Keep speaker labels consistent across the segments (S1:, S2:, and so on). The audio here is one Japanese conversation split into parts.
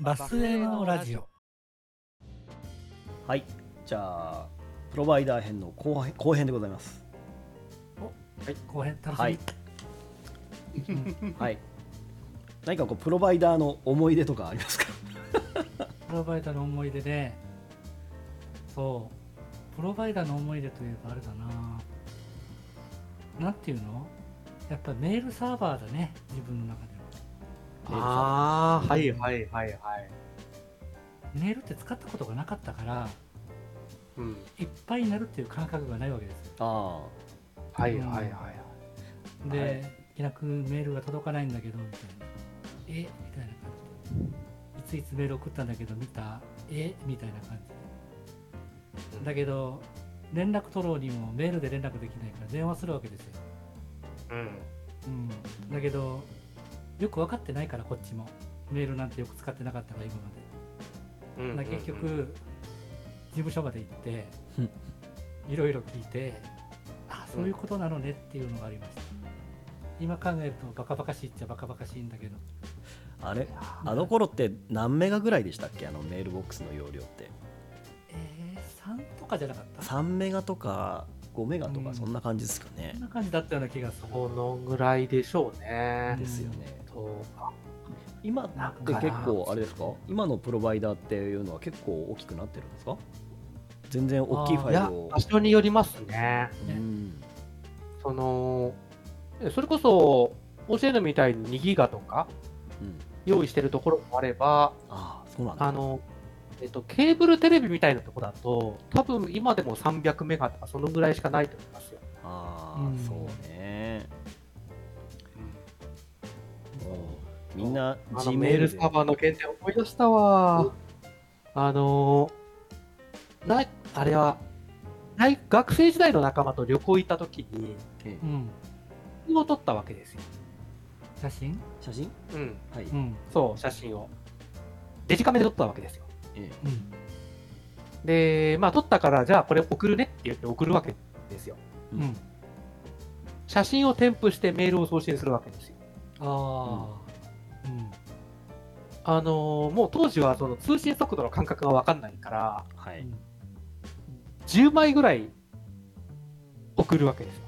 S1: バスへのラジオ。
S2: はいじゃあプロバイダー編の後編後編でございます
S1: 後編楽しみ。
S2: はいはい何かこうプロバイダーの思い出とかあり ますか
S1: プロバイダーの思い出で、そう、プロバイダーの思い出といえばあれだな。なんていうのやっぱメールサーバーだね、自分の中で
S3: ああ、はいはいはいはい。
S1: は。メールって使ったことがなかったから、
S3: うん。
S1: いっぱいになるっていう感覚がないわけですよ。
S2: あ
S3: はいはいはいはい。
S1: で、
S2: はい
S1: い、きなくメールが届かないんだけど、みたいな。えみたいな感じで。いついつメール送ったんだけど、見たえみたいな感じで。だけど連絡取ろうにもメールで連絡できないから電話するわけですよ、
S3: うん。
S1: うん、だけどよく分かってないからこっちもメールなんてよく使ってなかったから今まで
S3: うん
S1: だから結局、事務所まで行って
S2: うん
S1: いろいろ聞いてあそういうことなのねっていうのがありました、今考えるとバカバカしいっちゃバカバカしいんだけど
S2: ああれあの頃って何メガぐらいでしたっけあのメールボックスの容量って
S1: えー、3とかじゃなかったそ
S2: 3メガとか5メガと
S1: う
S2: か
S1: ん
S2: そんな感じですかね
S1: ん、な感じだったような気がする
S3: このぐらいでしょうね
S1: うん。
S2: ですよね
S3: そうか。
S2: 今
S3: な
S2: っ
S3: ん
S2: て
S3: か
S2: 結構あれですか今のプロバイダーっていうのは結構大きくなってるんですか全然大きいフ
S3: い
S2: ァイ
S3: や
S2: ルを、
S3: 場所によりますね。
S2: うん
S3: その、それこそ、OCN みたいに2ギガとか
S2: うん、
S3: 用意してるところもあれば、
S2: ああそうなんだ
S3: あの、えっと、ケーブルテレビみたいなところだと、多分今でも300メガとかそのぐらいしかないと思いますよ。
S2: ああ、
S1: うん
S2: そうねもうみんな
S3: あの
S2: G
S3: メールサーバーの件で思い出したわ。あのーな、あれは、大学生時代の仲間と旅行行った時に、
S1: うん
S3: 写真を撮ったわけですよ。
S1: 写真
S2: 写真
S3: うん。
S2: はい、
S1: うん
S3: そう、写真を。デジカメで撮ったわけですよ。
S2: ええ
S1: うん
S3: で、まあ撮ったから、じゃあこれ送るねって言って送るわけですよ。
S1: うん
S3: 写真を添付してメールを送信するわけですよ。
S1: ああうん
S3: あのーもう当時はその通信速度の感覚がわかんないから、
S2: はい、
S1: うん
S3: 10枚ぐらい送るわけですよ。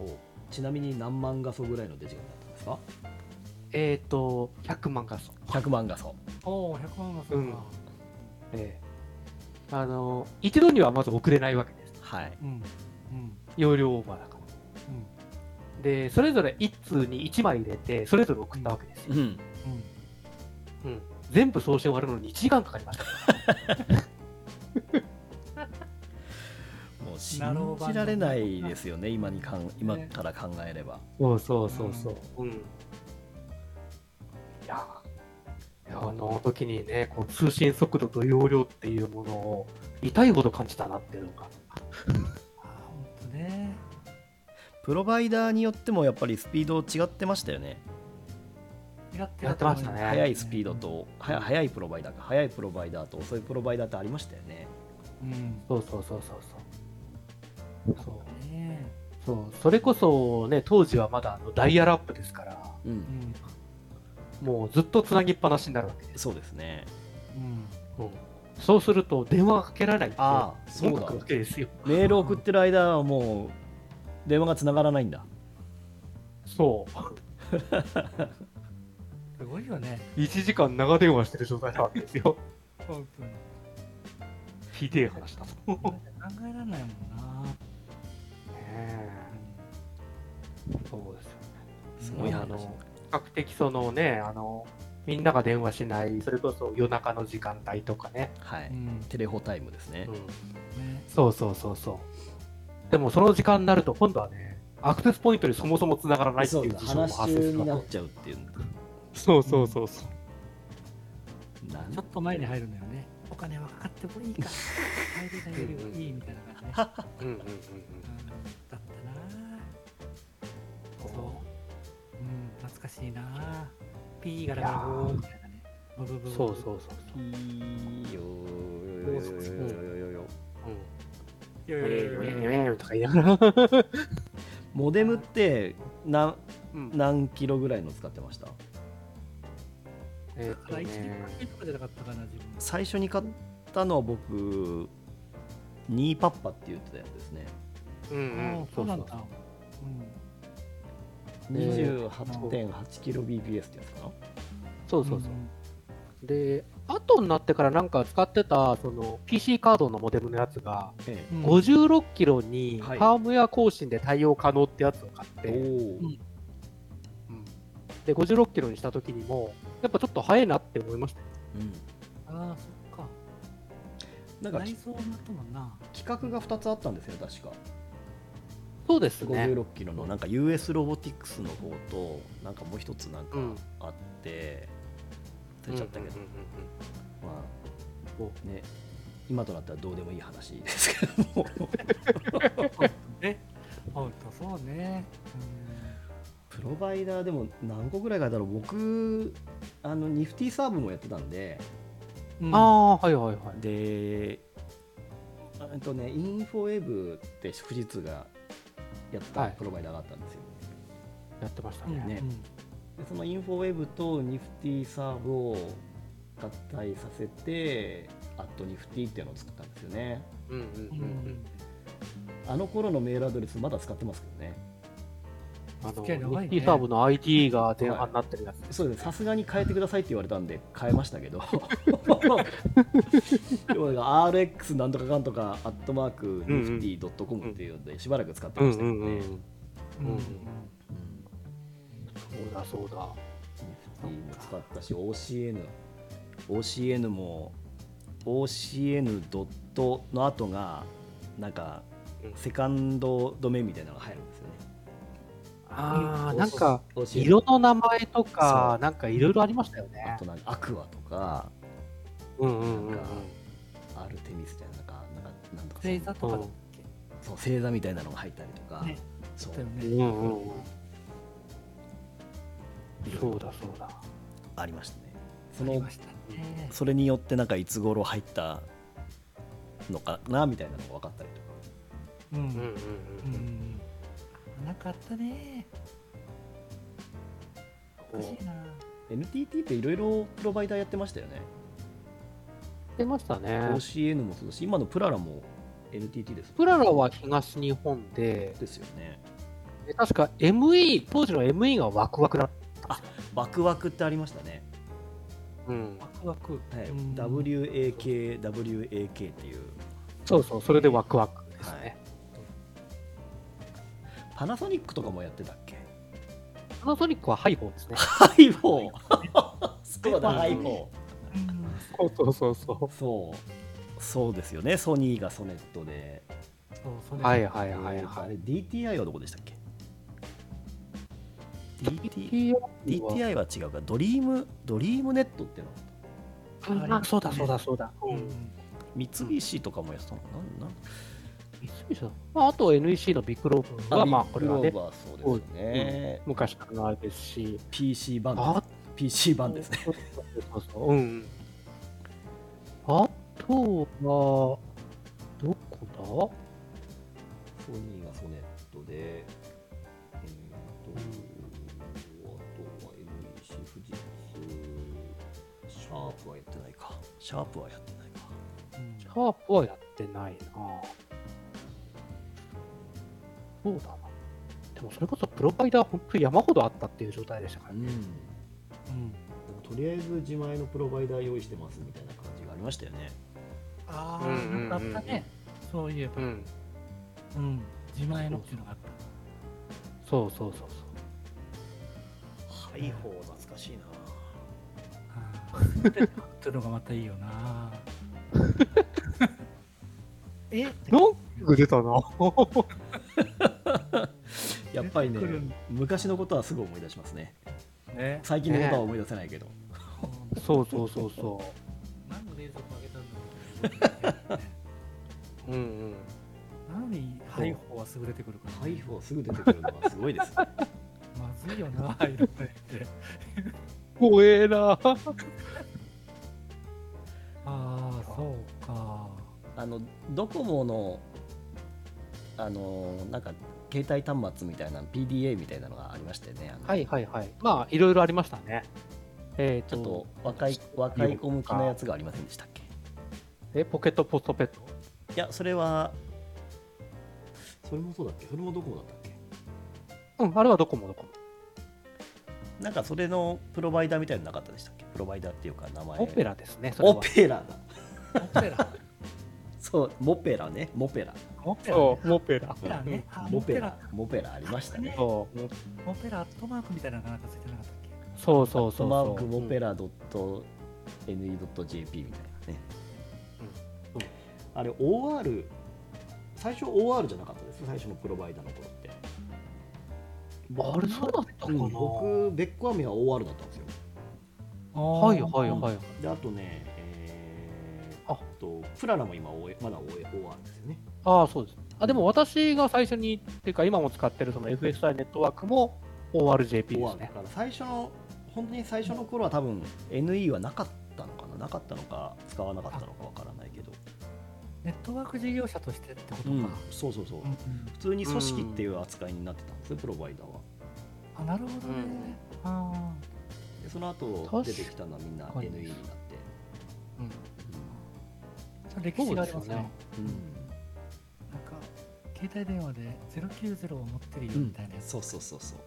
S2: おちなみに何万画素ぐらいのデジカメだったんですか
S3: えっ、と、100万画素。
S2: 100万画素
S1: おお100万がそうか
S3: ええあの、一度にはまず送れないわけです。
S2: はい
S1: うんうん
S3: 容量オーバーだから。
S1: うん
S3: で、それぞれ1通に1枚入れて、それぞれ送ったわけですよ。
S2: ん
S1: うん
S3: うん全部送信終わるのに1時間かかりました。
S2: もう信じられないですよね今にかん今から考えれば、
S3: そうそう
S1: そうそう。
S3: うん。いや、いやあの時にね、こう通信速度と容量っていうものを痛いほど感じたなっていうのが。
S1: ああ本当ね
S2: プロバイダーによってもやっぱりスピード違ってましたよね
S1: やって
S3: やってましたね
S2: 速いスピードと、は速いプロバイダーか速いプロバイダーと遅いプロバイダーってありましたよね
S1: うん
S3: そうそうそうそうそう。そう
S1: ね
S3: そうそれこそね、当時はまだあのダイヤルアップですから、
S2: う
S1: えうんん
S3: もうずっとつなぎっぱなしになるわけです。
S2: そうですね
S1: うん
S3: そうすると、電話がかけられないって
S2: ああそうだ
S3: わけですよ。
S2: メール送ってる間はもう電話がつながらないんだ
S3: そう。
S1: すごいよね
S3: 1時間長電話してる状態なわけですよ。
S1: 本当に
S3: ひでえ話だと。
S1: 考えられないもんな
S3: そうですよね。
S2: すごい
S3: あ
S2: 話
S3: の比較的そのねあのみんなが電話しないそれこそ夜中の時間帯とかね、
S2: はい、
S1: うん
S2: テレホタイムですね、
S1: ね
S3: そうそうそうそうでもその時間になると今度はねアクセスポイントにそもそも繋がらないって
S2: そ
S3: いうう
S2: だ
S3: 事象も
S2: 話
S3: 発
S2: し
S3: 生
S2: 中
S3: する
S2: にな
S3: わ
S2: っちゃうっていうんだ
S3: けそうそうそうそう
S2: なん
S1: ちょっと前に入るのよねお金はかかってもいいから入れないよりはいいみたいな感じね
S3: うんうんうん
S1: うんだったな
S3: うん
S1: そううん懐かしいなピーガラガラゴーみたいなねブブブブブ
S3: そうそうそうそう
S2: いいよーよよよよよ
S1: いや
S3: ウ
S1: い
S3: ェ
S1: や
S3: イ
S1: い
S3: ウ
S1: やいや
S3: ェイウェイとか言いながら、
S2: モデムって何
S3: うん
S2: 何キロぐらいの使ってました
S3: えっ
S1: あ
S3: と
S1: 1
S3: ね
S1: 年とかじゃなかったかな自分
S2: 最初に買ったのは僕ニーパッパって言ってたやつですね
S3: うんうん
S1: ああそうなんだ
S3: そうえー
S2: 28.8キロ BPS ってやつかな
S3: そうそうそうで後になってからなんか使ってたその PC カードのモデムのやつが
S2: え
S1: うんうん
S3: 56キロにフ
S2: はい
S3: ァームウェア更新で対応可能ってやつを買って、
S2: えおお
S1: うん
S3: で56キロにした時にもやっぱちょっと早いなって思いました
S1: ああそっか
S2: なんか
S1: 内装になったもんな
S2: 企画が2つあったんですよ確か
S3: そうですね
S2: 56キロのなんか US ロボティクスの方となんかもう一つなんか
S3: うん
S2: あって忘れちゃったけど
S3: うんうんうんうん
S2: ま
S3: お
S2: あね今となったらどうでもいい話ですけど も
S1: ねほんとそうねうん
S2: プロバイダーでも何個ぐらいかだろう僕あのニフティサーブもやってたんで
S1: うん
S3: ああはいはいはい
S2: でえっとねインフォウェブって富士通がやってた
S3: はい
S2: プロバイダーがあったんですよ、
S3: やってました
S1: うん
S3: ね、
S2: ね
S1: うん
S2: でそのインフォウェブとニフティサーブを合体させてアットニフティっていうのを作ったんですよね
S3: うんう
S1: う
S3: ん
S1: んうん
S2: あの頃のメールアドレスまだ使ってますけどね
S3: あの
S1: 付き合い長いね
S3: t サーブの ID が前半になってるやつ、
S2: そうですねさすがに変えてくださいって言われたんで変えましたけどでもなんか RX なんとかかんとかアットマークニフティドットコムっていうのでしばらく使ってましたけどね、
S1: うんうん
S3: そうだそうだ
S2: も使ったし OCN OCN も OCN ドットの後がなんか
S3: うん
S2: セカンドドメみたいなのが入るんですよね
S3: ああ
S2: うん
S3: なんか
S2: OCN
S3: 色の名前と
S2: そ
S3: か
S2: う
S3: なんかいろいろありましたよ
S2: あ
S3: ね
S2: となんかアクアとか
S3: うんうんうんうん
S2: なんかアルテミスみたいななんかなんかなんとか
S1: 星座とかだっ
S2: そう星座みたいなのが入ったりとか、
S1: ね
S2: そう
S1: たよ
S3: う
S1: ね
S3: んうんうん
S2: いろ
S3: そ
S2: いうろ
S3: だそうだ
S2: ありましたねそ
S1: あり
S2: の
S1: ましたね
S2: それによってなんかいつ頃入ったのかなみたいなのが分かったりとか
S1: う
S3: うんん
S1: うんなんかあったねおかしいな
S2: NTT っていろいろプロバイダーやってましたよね
S3: 出ましたね
S2: OCN もそうだし今のプララも NTT ですもんね
S3: プララは東日本で
S2: ですよね
S3: で確か ME 当時の ME がワクワクだっ
S2: ワクワクってありましたね、
S3: た、うん
S1: ワ、クワク
S2: はい
S1: うん
S2: WAKWAK っていう
S3: そうそうそれでワクワクですね、
S2: はいパナソニックとかもやってたっけ
S3: パナソニックはハイフォンですね
S2: ハイフォーそうだ
S1: うん
S2: ハイフォ
S1: う
S2: ー
S1: ん
S3: そうそうそうそ
S2: そうそうですよねソニーがソネットで、
S1: そうそれ
S3: はいはいは
S2: え
S3: い
S2: ーと
S3: は
S2: あ
S3: い
S2: れ DTI はどこでしたっけ DT DTI
S3: DTI は
S2: は違うかドリームドリームネットっていうの
S3: あそうだそうだそうだ、う
S1: うん
S3: ん、
S2: 三菱とかもやってたのかななん
S3: 三菱だまあ、あと NEC のビッグローブはまあこれは
S2: ビッ
S3: ね
S2: グローバーそうですよね、
S3: 昔からあれですし
S2: PC 版です
S3: あ
S2: PC 版ですね
S3: そうそうそううんあとはどこ
S2: ソニーがソネットで、えー、とあとは NEC 富士通シャープはやってないかシャープはやってないか
S1: うん
S3: だシャープはやってないなそうだなでもそれこそプロバイダー本当に山ほどあったっていう状態でしたから
S2: う
S3: ね
S2: ん
S1: うん
S2: とりあえず自前のプロバイダー用意してますみたいな感じがありましたよね
S1: あ
S3: う
S1: あ
S3: んうんうんうん
S1: なんかあったねそういえば
S3: ん
S1: うん自前のっていうのがあった
S3: そうそうそう
S2: ハイホー懐かしいな
S1: あーっていうのがまたいいよなえ
S3: そうノング出 たな
S2: やっぱりね
S1: 出てくるんだ
S2: 昔のことはすぐ思い出しますね
S1: ね
S2: 最近のことは思い出せないけ ど、
S3: そうそうそうそう
S1: 何の冷蔵庫あげたんだろう
S3: うんうん、
S1: なのにハイホーはすぐ出てくるから
S2: ハイホーすぐ出てくるのはすごいですね
S1: まずいよなハイホーって
S3: 怖えな
S1: ああそうか
S2: あのドコモのあのなんか携帯端末みたいな PDA みたいなのがありましたよねあの
S3: はいはいはいまあいろいろありましたねえー、
S2: ちょっと若い若い子向きのやつがありませんでしたっけ
S3: えポケットポストペット
S2: いやそれはそれもそうだっけそれもどこだったっけ
S3: うんあれはドコモドコモ
S2: なんかそれのプロバイダーみたいなのなかったでしたっけプロバイダーっていうか名前
S3: オペラですねそれ
S2: オ
S3: は
S2: ペラだ
S1: オペラ。
S2: そうモペラねモペラ
S1: オペラ。
S3: そ
S1: オ
S3: うモペラ
S1: ペラね。あ
S2: モペラ。モペラありましたね
S3: そうモ
S1: オペラアットマークみたいなのがなんかついてなかったっけ
S3: そうそうそうそう
S2: マークモペラ .ne.jp みたいなね、
S3: うんうん
S2: あれ OR 最初 OR じゃなかったです最初のプロバイダーの頃って
S3: あれそうだったかな、
S2: 僕ベックアミは OR だったんですよ
S3: はいはいはい
S2: であとねえー、
S3: あ
S2: あとプララも今 OA まだ OA OR ですよね
S3: ああそうですあでも私が最初にっていうか今も使ってるその FSI ネットワークも ORJP で
S2: OR
S3: す
S2: だ
S3: ね
S2: から最初の本当に最初の頃は多分 NE はなかったのかななかったのか使わなかったのかわからないけど、
S1: ネットワーク事業者としてってことか。
S2: うん、そうそうそう、
S1: うんうん
S2: 普通に組織っていう扱いになってたんですよ、プロバイダーは
S1: あ、なるほどね。あ
S2: でその後出てきたのはみんな
S3: 確か
S2: NE
S3: に
S2: になって、
S3: うん
S1: あ。それ歴史があります
S3: そうですよ
S1: ね
S3: ね。
S2: うん
S1: なんか、携帯電話で090を持ってるよみたいなやつ。
S2: そうそうそうそう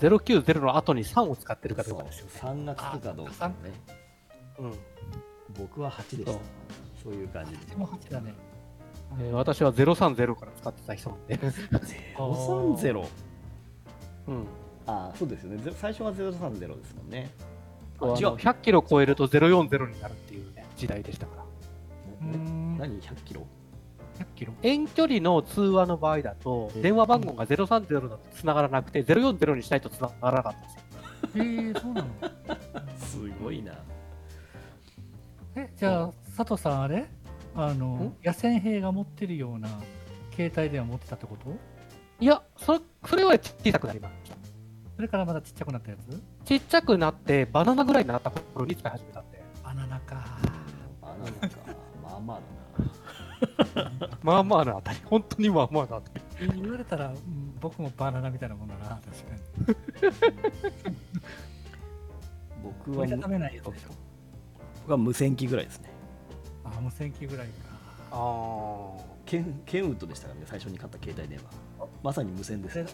S3: 090の後に3を使ってるかど
S2: そうう
S3: かですよね
S2: 3がつくかどうかね
S3: うん
S2: 僕は8でした
S3: そう
S2: そういう感じで
S1: でも8だね。
S3: えー私は030から使ってた人なんで、
S2: 030
S3: うん、
S2: ああそうですよねぜ最初は030ですもんねあ
S3: あの
S2: 違う
S3: 100キロ超えると040になるっていう、ね、時代でしたから
S1: うー
S2: ね
S1: ん。100
S2: 何100キロ
S1: キロ。
S3: 遠距離の通話の場合だと
S2: うん
S3: 電話番号が030だと繋がらなくて040にしないと繋がらなかったんですよ
S1: えー、そうな の
S2: すごいな
S1: え、じゃあ、佐藤さんあれあの
S3: ん、
S1: 野戦兵が持ってるような携帯電話持ってたってこと
S3: いやそれそれより小さくなります
S1: それからまだちっちゃくなったやつ
S3: ちっちゃくなってバナナぐらいになった頃に使い始めたんで
S1: バナナか。
S2: バナナかまあ まあだな
S3: まあまあなあたり本当にまあまあなあたり
S1: 言われたら、うん僕もバナナみたいなもんだな、確かに。
S2: 僕は
S1: 折り
S2: む
S1: たためないやつでしょ。
S2: 僕は無線機ぐらいですね
S1: あ、無線機ぐらいか。
S3: ああ
S2: ケンケンウッドでしたからね最初に買った携帯電話まさに無線ですよね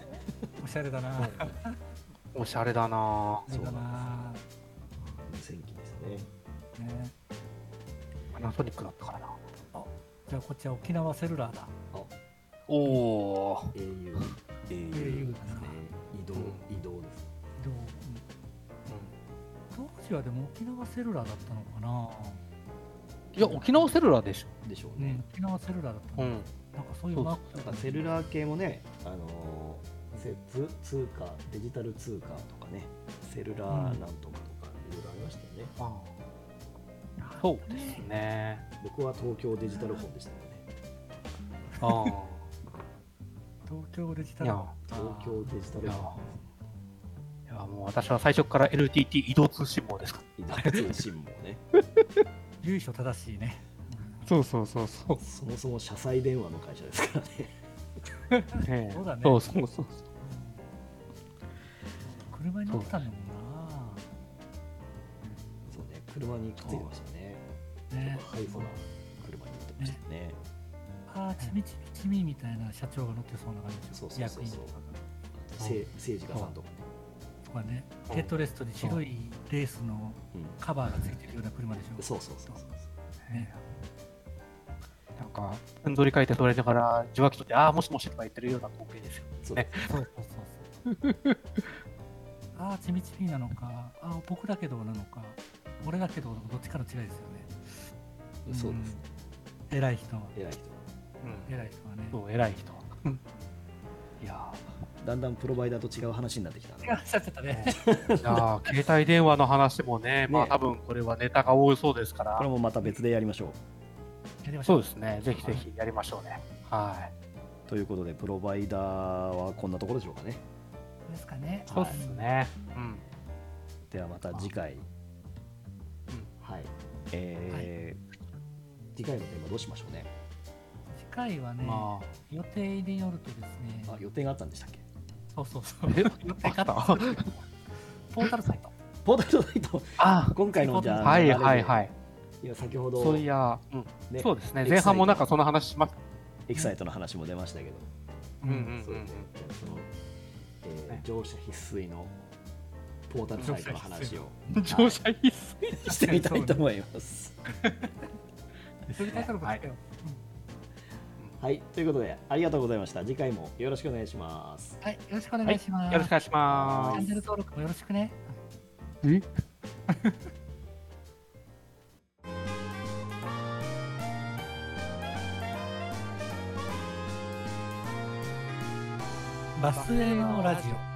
S1: おしゃれだな。
S3: おしゃれだな
S1: そうだな。
S2: 無線機ですね
S1: ね、
S3: パナソニックだったからな
S1: じゃあ、こっちは沖縄セルラーだ。
S3: おお
S2: au
S1: au
S2: です
S1: だ
S2: ね
S1: な
S2: 移動移動です
S1: どううん当時はでも沖縄セルラーだったのかな。
S3: いや沖縄セルラーでし
S2: でしょうね
S1: ね、沖縄セルラーだった
S3: ょ
S1: の、なんかそういうマーク
S2: なんかセルラー系もね、あのーせ通通貨デジタル通貨とかねセルラーなんとかとかいろいろありましたよね、
S3: ああそうですね
S2: 僕は東京デジタルフォンでしたよね
S3: あ
S1: 東京デジタ
S3: あい
S1: ル
S3: や。
S2: 東京デジタ
S3: い
S2: ル
S3: や
S2: フォン
S3: いやもう私は最初から NTT 移動通信網ですか
S2: 移動通信もね
S1: 由緒正しいね。
S3: そうそうそうそう
S2: そもそも車載電話の会社ですからね
S3: ね
S1: そうだね
S3: そうそうそう
S1: 車に乗ってたんだもんな。
S2: そうね車にくっついてましたね
S1: ね、
S2: ハイソな車に乗ってましたね
S1: ああ、ちびちびちびみたいな社長が乗ってそうな感じでし
S2: そ
S1: ょ
S2: う。そうそうそうせ政治家さんとかね、
S1: とかね、ヘッドレストに白いレースの
S2: うん、
S1: カバーがついてるような車でしょ。
S2: そうそうそうそう
S1: ね、
S3: なんかふんぞり返ってそれだから受話器取ってああもしもしとか言ってるような光景ですよ
S2: そう
S3: ね
S1: そうそうそうそう。ああ、ちみちみなのか、ああ、僕だけどなのか、俺だけどなのか、どっちかの違いですよね。
S2: そうですね
S1: うん。偉い人は、
S2: 偉い人
S3: うん
S1: 偉い人はね。
S3: そう偉い人いや
S2: だんだんプロバイダーと違う話になってきた
S1: 違う話しちゃってたね。
S3: ーいやー携帯電話の話もねまあ
S2: ね
S3: 多分これはネタが多そうですか
S2: これ
S3: ら
S2: もまた別でやりましょう
S1: やりましょ
S3: そうですねぜひぜひやりましょうねはい
S2: ということでプロバイダーはこんなところでしょうかね
S1: ですかね。
S3: そうですねうん
S2: ではまた次回はいえー次回のテーマどうしましょうね
S1: 次回はね、
S3: まあ
S1: 予定によるとですね、
S2: あ予定があったんでしたっけ
S1: そうそうそう。
S3: え
S1: 予定が
S3: あった
S1: ポータルサイト。
S2: ポポータルトナイト、
S3: あ
S2: 今回のじゃあ、。
S3: はいはいはいい。
S2: いや、先ほど、
S3: そういや、うん
S2: ね
S3: そうですね
S2: エ。キサイト
S3: 前半もなんかその話します。
S2: エキサイトの話も出ましたけど、
S3: うんうん
S2: そううんで
S3: うん
S2: すね。その、え
S3: ね
S2: ー、乗車必須のポータルトナイトの話を
S3: 乗車必須。
S2: してみたいと思い ます。
S1: そういうタイトルもつけよ
S2: はい、ということで、ありがとうございました。次回もよろしくお願いします。
S1: うはい、よろしくお願いします。
S3: よろしくお願いしま
S1: チャ
S3: す
S1: ン。ネル登録もよろしくね。
S3: え
S1: バスへのラジオ。